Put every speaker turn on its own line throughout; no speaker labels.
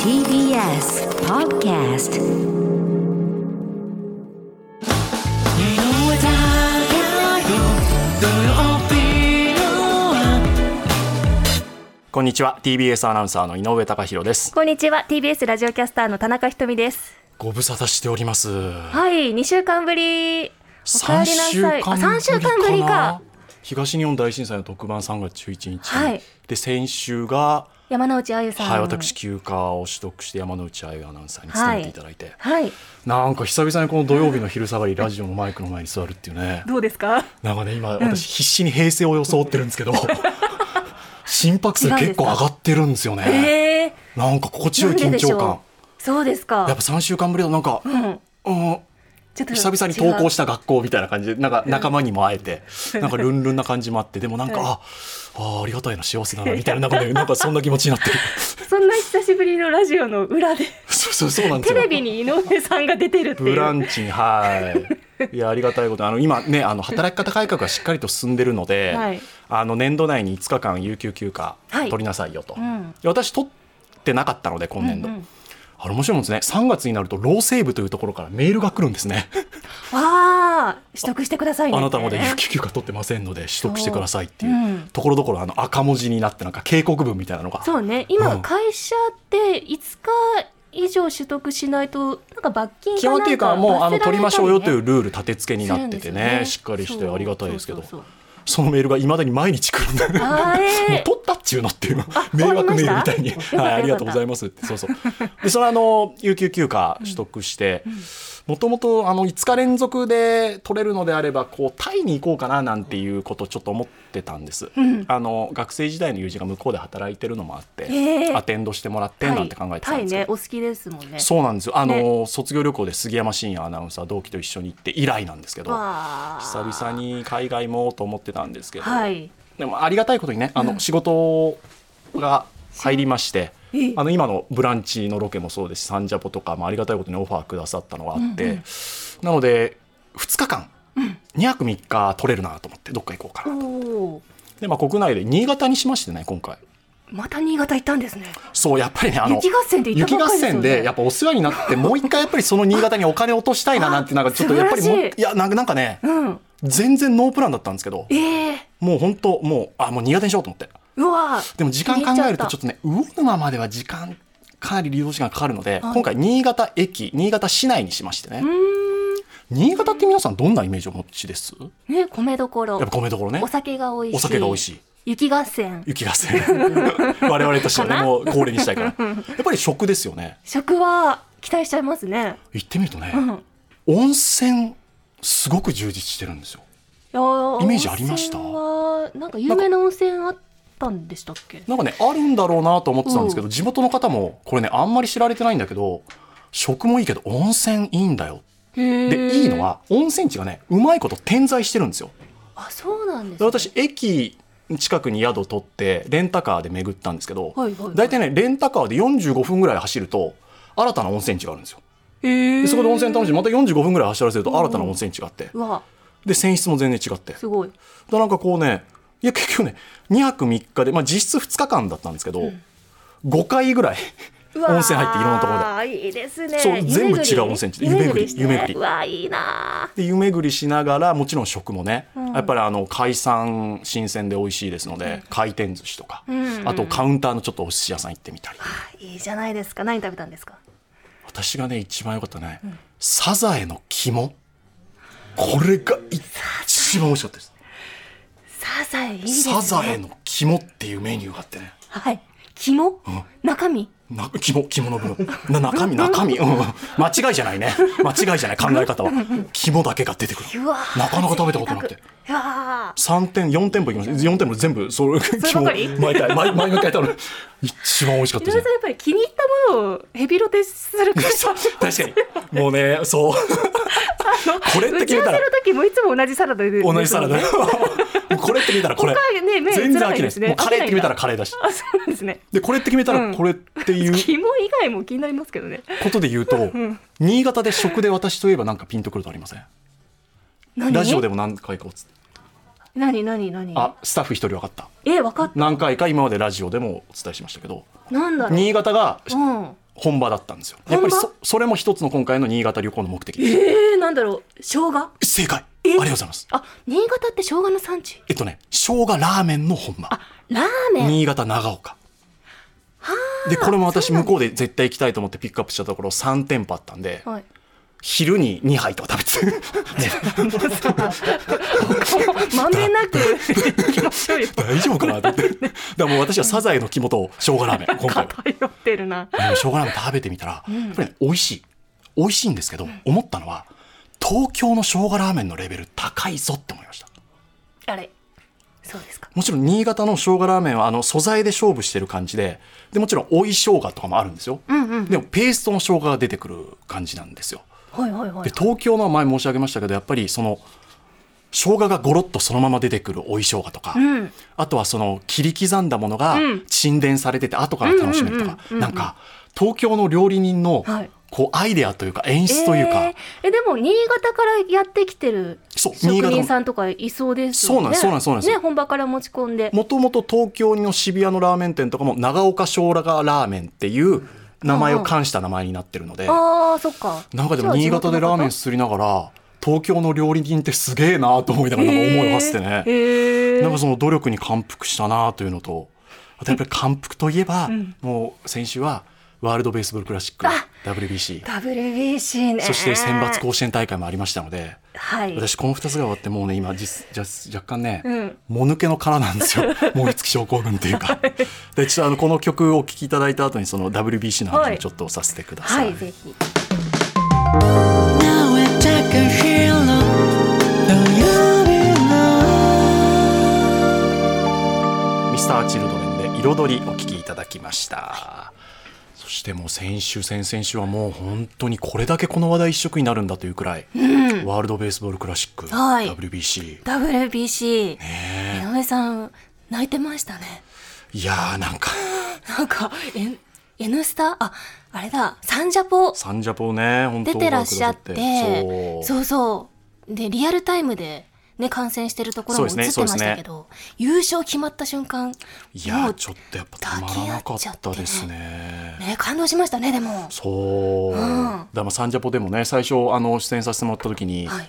TBS Podcast
こんにちは TBS アナウンサーの井上貴博です
こんにちは TBS ラジオキャスターの田中ひとみです
ご無沙汰しております
はい2週間ぶりおかえ
3
りな
週
さいあ
間
3週間ぶ
ぶり
り
か
か
な東日本大震災の特番3月11日、
はい
で先週が、
山之内あゆさん
はい、私休暇を取得して山内愛アナウンサーに勤めていただいて、
はい
なんか久々にこの土曜日の昼下がりラジオのマイクの前に座るっていうね
どうですか
なんかね今私必死に平成を装ってるんで すけど心拍数結構上がってるんですよ
え
ね
え
なんか心地よい
なん
緊
ででしょ
張
う
感
そうですか
やっぱ3週間ぶりだとなんか、
うん
うん、
ちょっと
久々に登校
し
した学校みたいな感じでなんか仲間にも会え てなんかルンルンな感じもあってでもなんか、
はい
ああーありがたいな幸せだなみたいななんか,、ね、なんかそんな気持ちになって る
そんな久しぶりのラジオの裏で
そうそう そうなんです
テ
よ
レビに井上さんが出てるっていう
ブランチにはいいやありがたいことあの今ねあの働き方改革がしっかりと進んでるので、
はい
あの年度内に5日間有給休暇
はい
取りなさいよと、
ん
で私取ってなかったので今年度、
うんうん
あれ面白いもんですね3月になると労政部というところからメールが来るんですね
わあ取得してくださいね
あなたまで有
ね
給休暇取ってませんので取得してくださいってい
そうう
うんところどころあの赤文字になってなんか警告文みたいなのが
そうね
う
今
ん
会社って5日以上取得しないとなんか罰金
基本っていうかもうあの取りましょうよといううルール立て付けになっててねしっかりしてありがたいですけどそのメールがいまだに毎日来るんだよ
あ
もう
れ
取ったっちゅうのっていう 迷惑メールみたいに
終わりまし
「
た
はいあ
よかった
りがとうございます」ってそうそうでそれはあの有給休暇取得してもともとあの5日連続で取れるのであればこうタイに行こうかななんていうことをちょっと思ってたんです、あの学生時代の友人が向こうで働いてるのもあって、
へー
アテンドしてもらってなんて考えてた
は
ん
い
ですけど、
ねお好きですもんね
そうなんですよあの、卒業旅行で杉山真也アナウンサー同期と一緒に行って以来なんですけど
わあ
久々に海外もと思ってたんですけど、
はい
でもありがたいことにねあの仕事が入りまして、
ええ
あの今の「ブランチ」のロケもそうですしサンジャポとかもありがたいことにオファーくださったのがあって、なので2日間、2泊3日取れるなと思ってどっか行こうか
お
な
お
で、まあ、国内で新潟にしましてね今回
また新潟行ったんですね
そうやっぱりねあの
雪合戦で行った
雪
ば
合
っかりですよ
戦でや
ね
っぱお世話になってもう一回やっぱりその新潟にお金を落としたいななんてなんかちょっとやっぱりも
素
う
晴らし
い
い
やなんかなんかね
うん
全然ノープランだったんですけど
ええ
もう本当もうあもう新潟にしようと思って
うわ
でも時間考えるとちょっ
っ
とね魚沼までは時間かなり利用時間かかるので、
はい
今回新潟駅新潟市内にしましてね
うーん
新潟って皆さんどんなイメージをお持ちですやっ
ね米どころ
ぱ米どころね
お酒が美味しい
お酒が美味しい
雪合戦
雪合 戦我々としてはね
かな
もう恒例にしたいからやっぱり食ですよね
食は期待しちゃいますね
行ってみるとね、
うん
温泉すごく充実してるんですよ
イメ
イメージありました
なんか有名な温泉あったんでしたっけ
なんかねあるんだろうなと思ってたんですけど、
う
地元の方もこれねあんまり知られてないんだけど食もいいけど温泉いいんだよで
で
いいのは温泉地がねうまいこと点在してるんですよ
あそうなんです
で
ね
私駅近くに宿を取ってレンタカーで巡ったんですけど、
はいはいはい
大体ねレンタカーで45分ぐらい走ると新たな温泉地があるんですよ
へ
で
え
そこで温泉楽しんでまた45分ぐらい走らせると新たな温泉地があって
うわ
で泉質も全然違って
すごい
だなんかこうねいや結局ね2泊3日で、まあ、実質2日間だったんですけど、5回ぐらい温泉入っていろんなところで。
ろでいいですね
そう
湯巡り
全部違う温泉地で
湯巡りして
湯巡り
うわいいな
で湯巡りしながらもちろん食もね、
うん
やっぱりあの海産新鮮で美味しいですので、回転寿司とか、
うん
あとカウンターのちょっとお寿司屋さん行ってみたり、
あいいじゃないですか何食べたんですか
私がね一番良かったね、サザエの肝これが一番美味しかったです
サザエいいですね
サザエの肝っていうメニューがあってね
はい肝、中身
な肝肝の部分な中身中身、うん、間違いじゃないね間違いじゃない考え方は肝だけが出てくる
うわ
なかなか食べたことなくて
いや
三点四店舗行きました。四店舗全部それ
ればか
基
り
本毎 回毎毎回食べる。一番美味しかっ
井
たです
上さん
ね
や。っぱり気に入ったものをヘビロテするから
そう確かにもうねそう これって
打
決
ち
め
合
た
わ
ら
せの時もいつも同じサラダで
同じサラダ。
で
も
す
うこれって決めたらこれ
他ね目
全
映
然
ら
飽きない
ない
で
ですす
も
ね
うカレーって決めたらカレーだし
もあそうなんですね
でこれって決めた
う
ら
ん
これっていう
肝以外も気になりますけどね
ことで言うと新潟で食で私といえばなんかピンとくるとありませんラジオでも何回かおつ
何何何
あスタッフ一人分かった
え分かっ
何回か今までラジオでもお伝えしましたけど
なんだろう。
新潟が
うん。
本場だったんですよやっぱり
本
そそれも一つの今回の新潟旅行の目的です
えー、なんだろう。生姜。
正解あ
え
りがとうございます
あ、新潟って生姜の産地。
えっとね生姜ラーメンの本場
あ、ラーメン。
新潟長岡でこれも私向こうで絶対行きたいと思ってピックアップしたところ3店舗あったんで
はい。
昼に2杯とか食べて
まめな く行きましょうよ。
大丈夫かなと思っ てだからもう私はサザエの肝と生姜ラーメン今回は
偏ってるな。
でも生姜ラーメン食べてみたら、やっぱりね美味しい美味しいんですけど、思ったのは東京の生姜ラーメンのレベル高いぞって思いました
あれ。そうですか。
もちろん新潟の生姜ラーメンはあの素材で勝負してる感じででもちろん追い生姜とかもあるんですよ、
うんうん。
でもペーストの生姜が出てくる感じなんですよ
はいはいは
で。
い
東京のは前申し上げましたけどやっぱりその生姜がゴロッとそのまま出てくる追い生姜とか、
うん。
あとはその切り刻んだものが
うん
沈殿されてて後から楽しめるとか、
うんうんうんうんうん
なんか東京の料理人の
はい
こうアイデアというか演出というか、
えーえでも新潟からやってきてる
そう
職
新潟
人
の
さんとかいそうですよ
そ
ね。
うなんですそうなんですそうなんです
ね本場から持ち込んで。
もともと東京の渋谷のラーメン店とかも長岡生姜ラーメンっていう名前を冠した名前になってるので、
ああそっか。
なんかでも新潟でラーメンすすりながら東京の料理人ってすげえなと思いながらなんか思いを馳せてね。
へえ。
なんかその努力に感服したなというのと、あとやっぱり感服といえば、もう先週はワールドベースボールクラシック、WBC、
WBC ね。
そして選抜甲子園大会もありましたので、
はい。
私、この2つが終わって、もうね、今、実実若干ね、
うん
もぬけの殻なん ですよ、燃え尽き症候群というか。で、ちょっとあのこの曲をお聴きいただいた後にその WBC の話
は
を
い
ちょっとさせてくださ。
はいいぜひ。
now attack a hero. Don't you be alone.
ミスターチルドレンで彩りお聞きいただきました。そしてもう先週先々週はもう本当にこれだけこの話題一色になるんだというくらい、ワールドベースボールクラシック、
はい
WBC
WBC。井上さん泣いてましたね。
いやーなんか
なんかえ N スタああれだサンジャポ
サンジャポね本当
出てらっしゃって
ご覧くださってそう
そうそうでリアルタイムで、ね、観戦してるところも映って
そう
ま
ですねそうです
し
ね
たけど、優勝決まった瞬間
いや
も
ー
う
ちょっとやっぱたまらなかったですね。
ね、感動しましたねでも。
そう、だからまあサンジャポでもね最初あの出演させてもらった時に、
はい、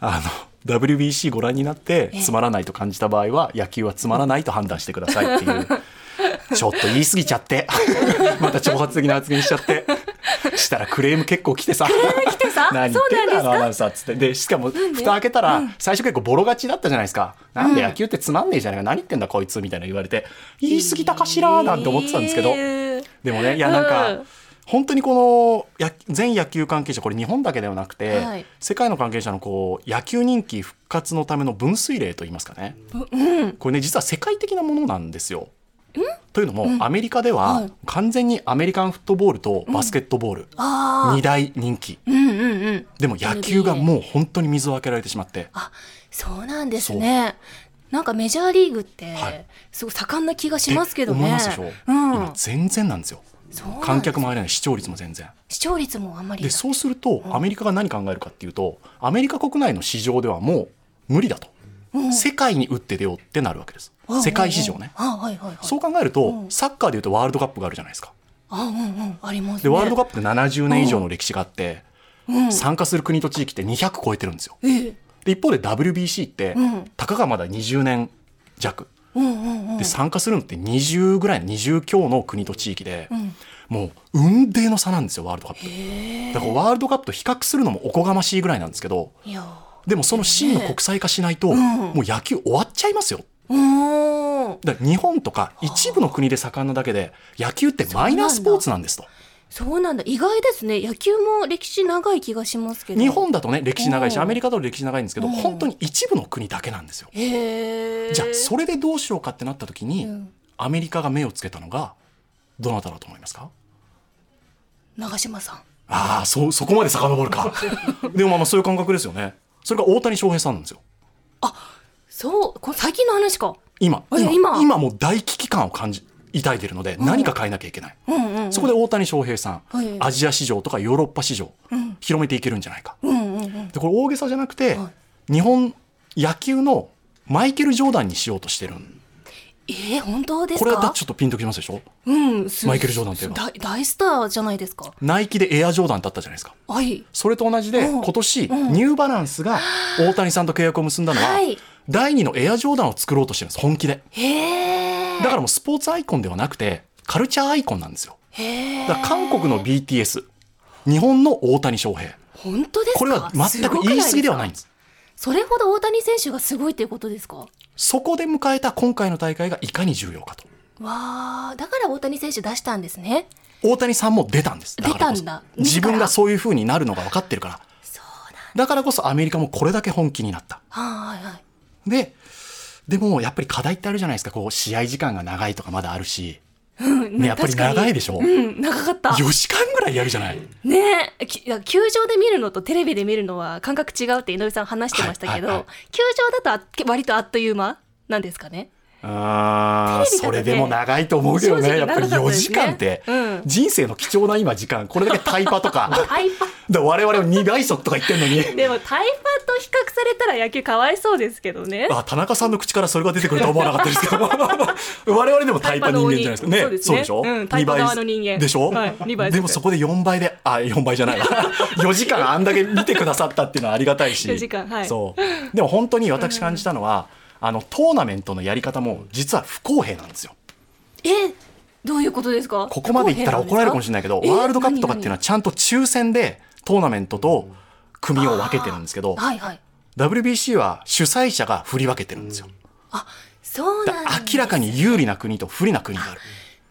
あの WBC ご覧になってつまらないと感じた場合は野球はつまらないと判断してくださいっていうちょっと言い過ぎちゃって また挑発的な発言しちゃってしたらクレーム結構来てさ
てさ
何言ってんだあのアナウンサーっつってでしかも蓋開けたら最初結構ボロ勝ちだったじゃないですか、なんで野球ってつまんねえじゃないか何言ってんだこいつみたいな言われて言い過ぎたかしらなんて思ってたんですけど。
えー
でもねいやなんか、
うん
本当にこのや全野球関係者これ日本だけではなくて、
はい
世界の関係者のこう野球人気復活のための分水嶺といいますかね、これね実は世界的なものなんですよ。というのも、アメリカでは、
はい
完全にアメリカンフットボールとバスケットボール、
あ
二大人気
ーうんうんうん
でも野球がもう本当に水をあけられてしまって
あそうなんですね。なんかメジャーリーグって
はい
すごい盛んな気がしますけど
って
ね。
思いますでしょ、
うん
今、全然なんですよ
そうなんです
観客も入れない視聴率も全然
視聴率もあんまり
でそうするとアメリカが何考えるかっていうとアメリカ国内の市場ではもう無理だと、世界に打って出ようってなるわけです、
うんうん
世界市場ね、
あはいはいはい。
そう考えると、サッカーでいうとワールドカップがあるじゃないですか
あうんうんあります、ね。
でワールドカ
カ
ップって70年以上の歴史があって、参加する国と地域って200超えてるんですよ
ええ
で一方で WBC って、
うん
たかがまだ20年弱
うんうんうん。
で参加するのって20ぐらい20強の国と地域で、
ん
もう雲泥の差なんですよワールドカップだからワールドカップと比較するのもおこがましいぐらいなんですけど
いや
でもその真の国際化しないと、もう野球終わっちゃいますよ
ーうーん
だから日本とか一部の国で盛んなだけで野球ってマイナースポーツなんですと
そうなんだ意外ですね野球も歴史長い気がしますけど。
日本だとね歴史長いし
うん
アメリカだと歴史長いんですけど
うん
本当に一部の国だけなんですよ
へえ。
じゃあそれでどうしようかってなった時に、
ん
アメリカが目をつけたのがどなただと思いますか
長嶋さん。
ああ、そう、そこまで遡る か。でもまあまあそういう感覚ですよね。それが大谷翔平さんなんですよ。
そうこれ最近の話か。
今、
え今
もう大危機感を感じ、抱いてるので、何か変えなきゃいけない。
うんうんうん
そこで大谷翔平さん、
はい
アジア市場とかヨーロッパ市場、広めていけるんじゃないか。
うんうんうん。
で、これ大げさじゃなくて、日本野球のマイケル・ジョーダンにしようとしてるん
えー、本当です
これ
か
はだってちょっとピンときますでしょ
うん、す
マイケルジョーダンといえば
大大スターじゃないですか。
ナイキでエアジョーダンだったじゃないですか
はい。
それと同じで
うん
今年ニューバランスが大谷さんと契約を結んだのは、
はい
第2のエアジョーダンを作ろうとしてるんです本気で
へえ。
だからもうスポーツアイコンではなくてカルチャーアイコンなんですよ
へえ。
だから韓国の BTS 日本の大谷翔平
本当ですか。
これは全く言い過ぎではないん
すごくないで
です
すか。それほど大谷選手がすごいということですか。
そこで迎えた今回の大会がいかに重要かと
わあ、だから大谷選手出したんですね。
大谷さんも出たんですからこそ
出たんだ
自分がそういう風になるのが分かってるからだからこそアメリカもこれだけ本気になった
はいはいはい。
ででもやっぱり課題ってあるじゃないですかこう試合時間が長いとかまだあるし、
うん
ね、やっぱり
確かに
長いでしょ、
うん、長かった。
4時間ぐらいやるじゃない
ねえきいや、球場で見るのとテレビで見るのは感覚違うって井上さん話してましたけど、
はいはいは
球場だとあ割とあっという間なんですかね。
あー
テレビだ
そ
とね
れでも長いと思うけどね
正
や
直
っぱり
長か
4
ったです
時
ね
間って
うん
人生の貴重な今時間これだけタイパとか だか
タイパ
ら我々は2倍速とか言ってんのに
でもタイパと比較されたら野球かわいそうですけどね。
あ田中さんの口からそれが出てくるとは思わなかったですけ ど我々でもタイパ人間じゃないですかね
タイパの鬼そう
でし
ですね
ょ、
うんタイパ側の人間
二倍でしょ、
はい二倍速
でもそこで4倍であ4倍じゃ ないわ4時間あんだけ見てくださったっていうのはありがたいし
4時間はい
そうでも本当に私感じたのは、あのトーナメントのやり方も実は不公平なんですよ
え、どういうことですか
ここまでいったら怒られるかもしれないけど、
え
ワールドカップとかっていうのは
何
ちゃんと抽選でトーナメントと組を分けてるんですけど、
々はいはい。
WBC は主催者が振り分けてるんですよ。
そう
だ
なん
から
だ
明らかに有利な国と不利な国がある。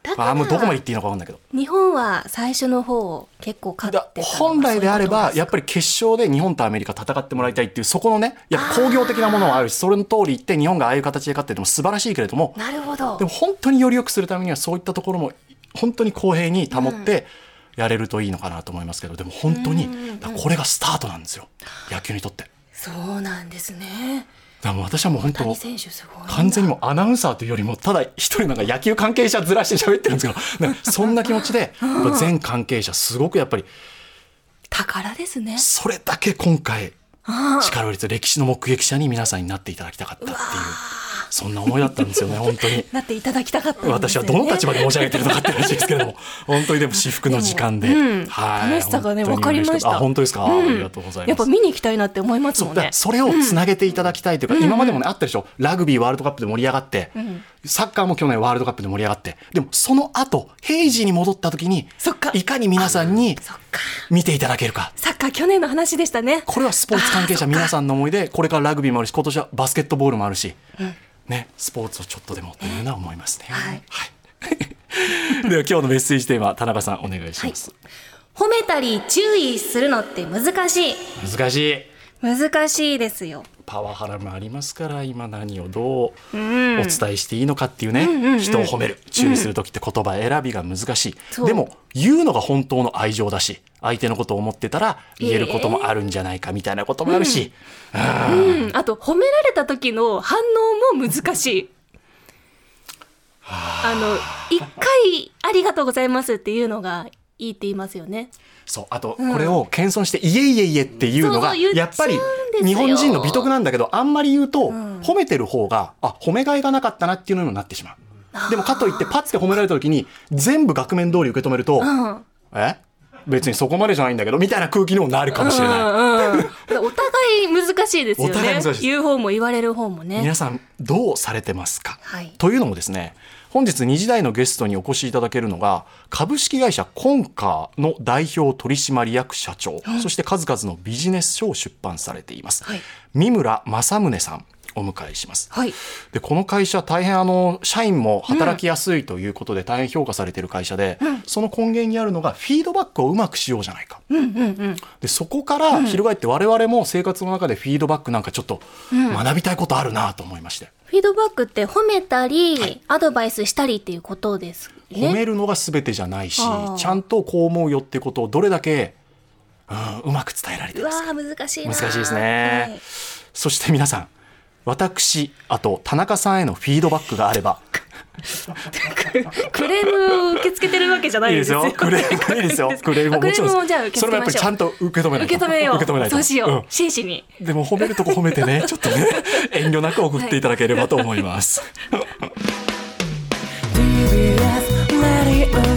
だから
ああ、もうどこまで言っていいのか分かんないけど。
日本は最初の方を結構勝ってた
だ
のが
本来であれば、
そういう
やっぱり決勝で日本とアメリカ戦ってもらいたいっていう、そこのね、やっぱ工業的なものはあるし、それの通り言って日本がああいう形で勝ってても素晴らしいけれども
こと、なるほど
でも本当により良くするためにはそういったところも本当に公平に保ってやれるといいのかなと思いますけど、でも本当にだからこれがスタートなんですよ野球にとってだか
そうなんですね
らもう私はもう本
谷
当
選手すごいな
完全にもうアナウンサーというよりもただ一人なんか野球関係者ずらして喋ってるんですけどなんかそんな気持ちでやっぱ全関係者すごくやっぱり
宝ですね
それだけ今回
ああ
力を入れて歴史の目撃者に皆さんになっていただきたかったっていうそんな思いだったんですよね本当に。
なっていただきたかったんですよね
私はどの立場で申し上げてるのかって話ですけれども、本当にでも至福の時間で、
でもうん
はい
楽しさがね
本当に嬉
わかりました
あ、本当ですか、
う
あ
ん
りがとうございま
やっぱ
す。
見に行きたいなって思います
そう
もん
だから
ね
それをつなげていただきたいというか、今までもねあったでしょラグビーワールドカップで盛り上がって、サッカーも去年ワールドカップで盛り上がってでもその後平時に戻った時に
そっか
いかに皆さんに
そっか
見ていただけるか
サッカー去年の話でしたね
これはスポーツ関係者皆さんの思いでこれからラグビーもあるし今年はバスケットボールもあるし、ね、スポーツをちょっとでもというのは思い ますね。
はい
はいでは今日のメッセージテーマ田中さんお願いします、
褒めたり注意するのって難しい
難しい
難しいですよ
パワハラもありますから今何をどうお伝えしていいのかっていうね、人を褒める注意する時って言葉選びが難しい、
そう
でも言うのが本当の愛情だし相手のことを思ってたら言えることもあるんじゃないかみたいなこともあるし、
うんあと褒められた時の反応も難しいあの一回ありがとうございますっていうのがいいって言いますよね
そうあとこれを謙遜して「いえいえいえ」っていうのが
そうそう言っちゃ
や
う
っ
んです
ぱ
よ
り日本人の美徳なんだけどあんまり言うと褒めてる方があ褒めがいがなかったなっていうのにもなってしまう。でもかといってパッて褒められた時に全部額面通り受け止めると
うん
「え別にそこまでじゃないんだけど」みたいな空気にもなるかもしれない。
うんうん、だからお互い難しいですよね。
お互い難しいです
言う方も言われる方もね。
皆さんどうされてますか、
はい
というのもですね本日2時台のゲストにお越しいただけるのが株式会社コンカーの代表取締役社長、そして数々のビジネス書を出版されています、
はい
三村正宗さんお迎えします、
はい。
でこの会社大変あの社員も働きやすいということで大変評価されている会社で、その根源にあるのがフィードバックをうまくしようじゃないか、でそこから翻って我々も生活の中でフィードバックなんかちょっと学びたいことあるなと思いまして、
フィードバックって褒めたり、アドバイスしたりっていうことですね。
褒めるのが全てじゃないし
ああ
ちゃんとこう思うよってことをどれだけ、うんうまく伝えられて
う
る
わ
か
あ難しいな。
難しいですね、そして皆さん私あと田中さんへのフィードバックがあれば
はいクレームを受け付けてるわけじゃない
いいで
で
すす
よ。
よ。クレームいいですよ。クレームももちろん
クレームをじゃあ受け
そ
付
れもやっぱ
けま
りち
し
ゃ
ょう。
んと受け止めないと。
受け止めよう。
受け止めないと。
そうしよう。
ん
真摯に。
でも褒めるとこ褒めてね、ちょっとね、遠慮なく送っていただければと思います。
TBS ラディオ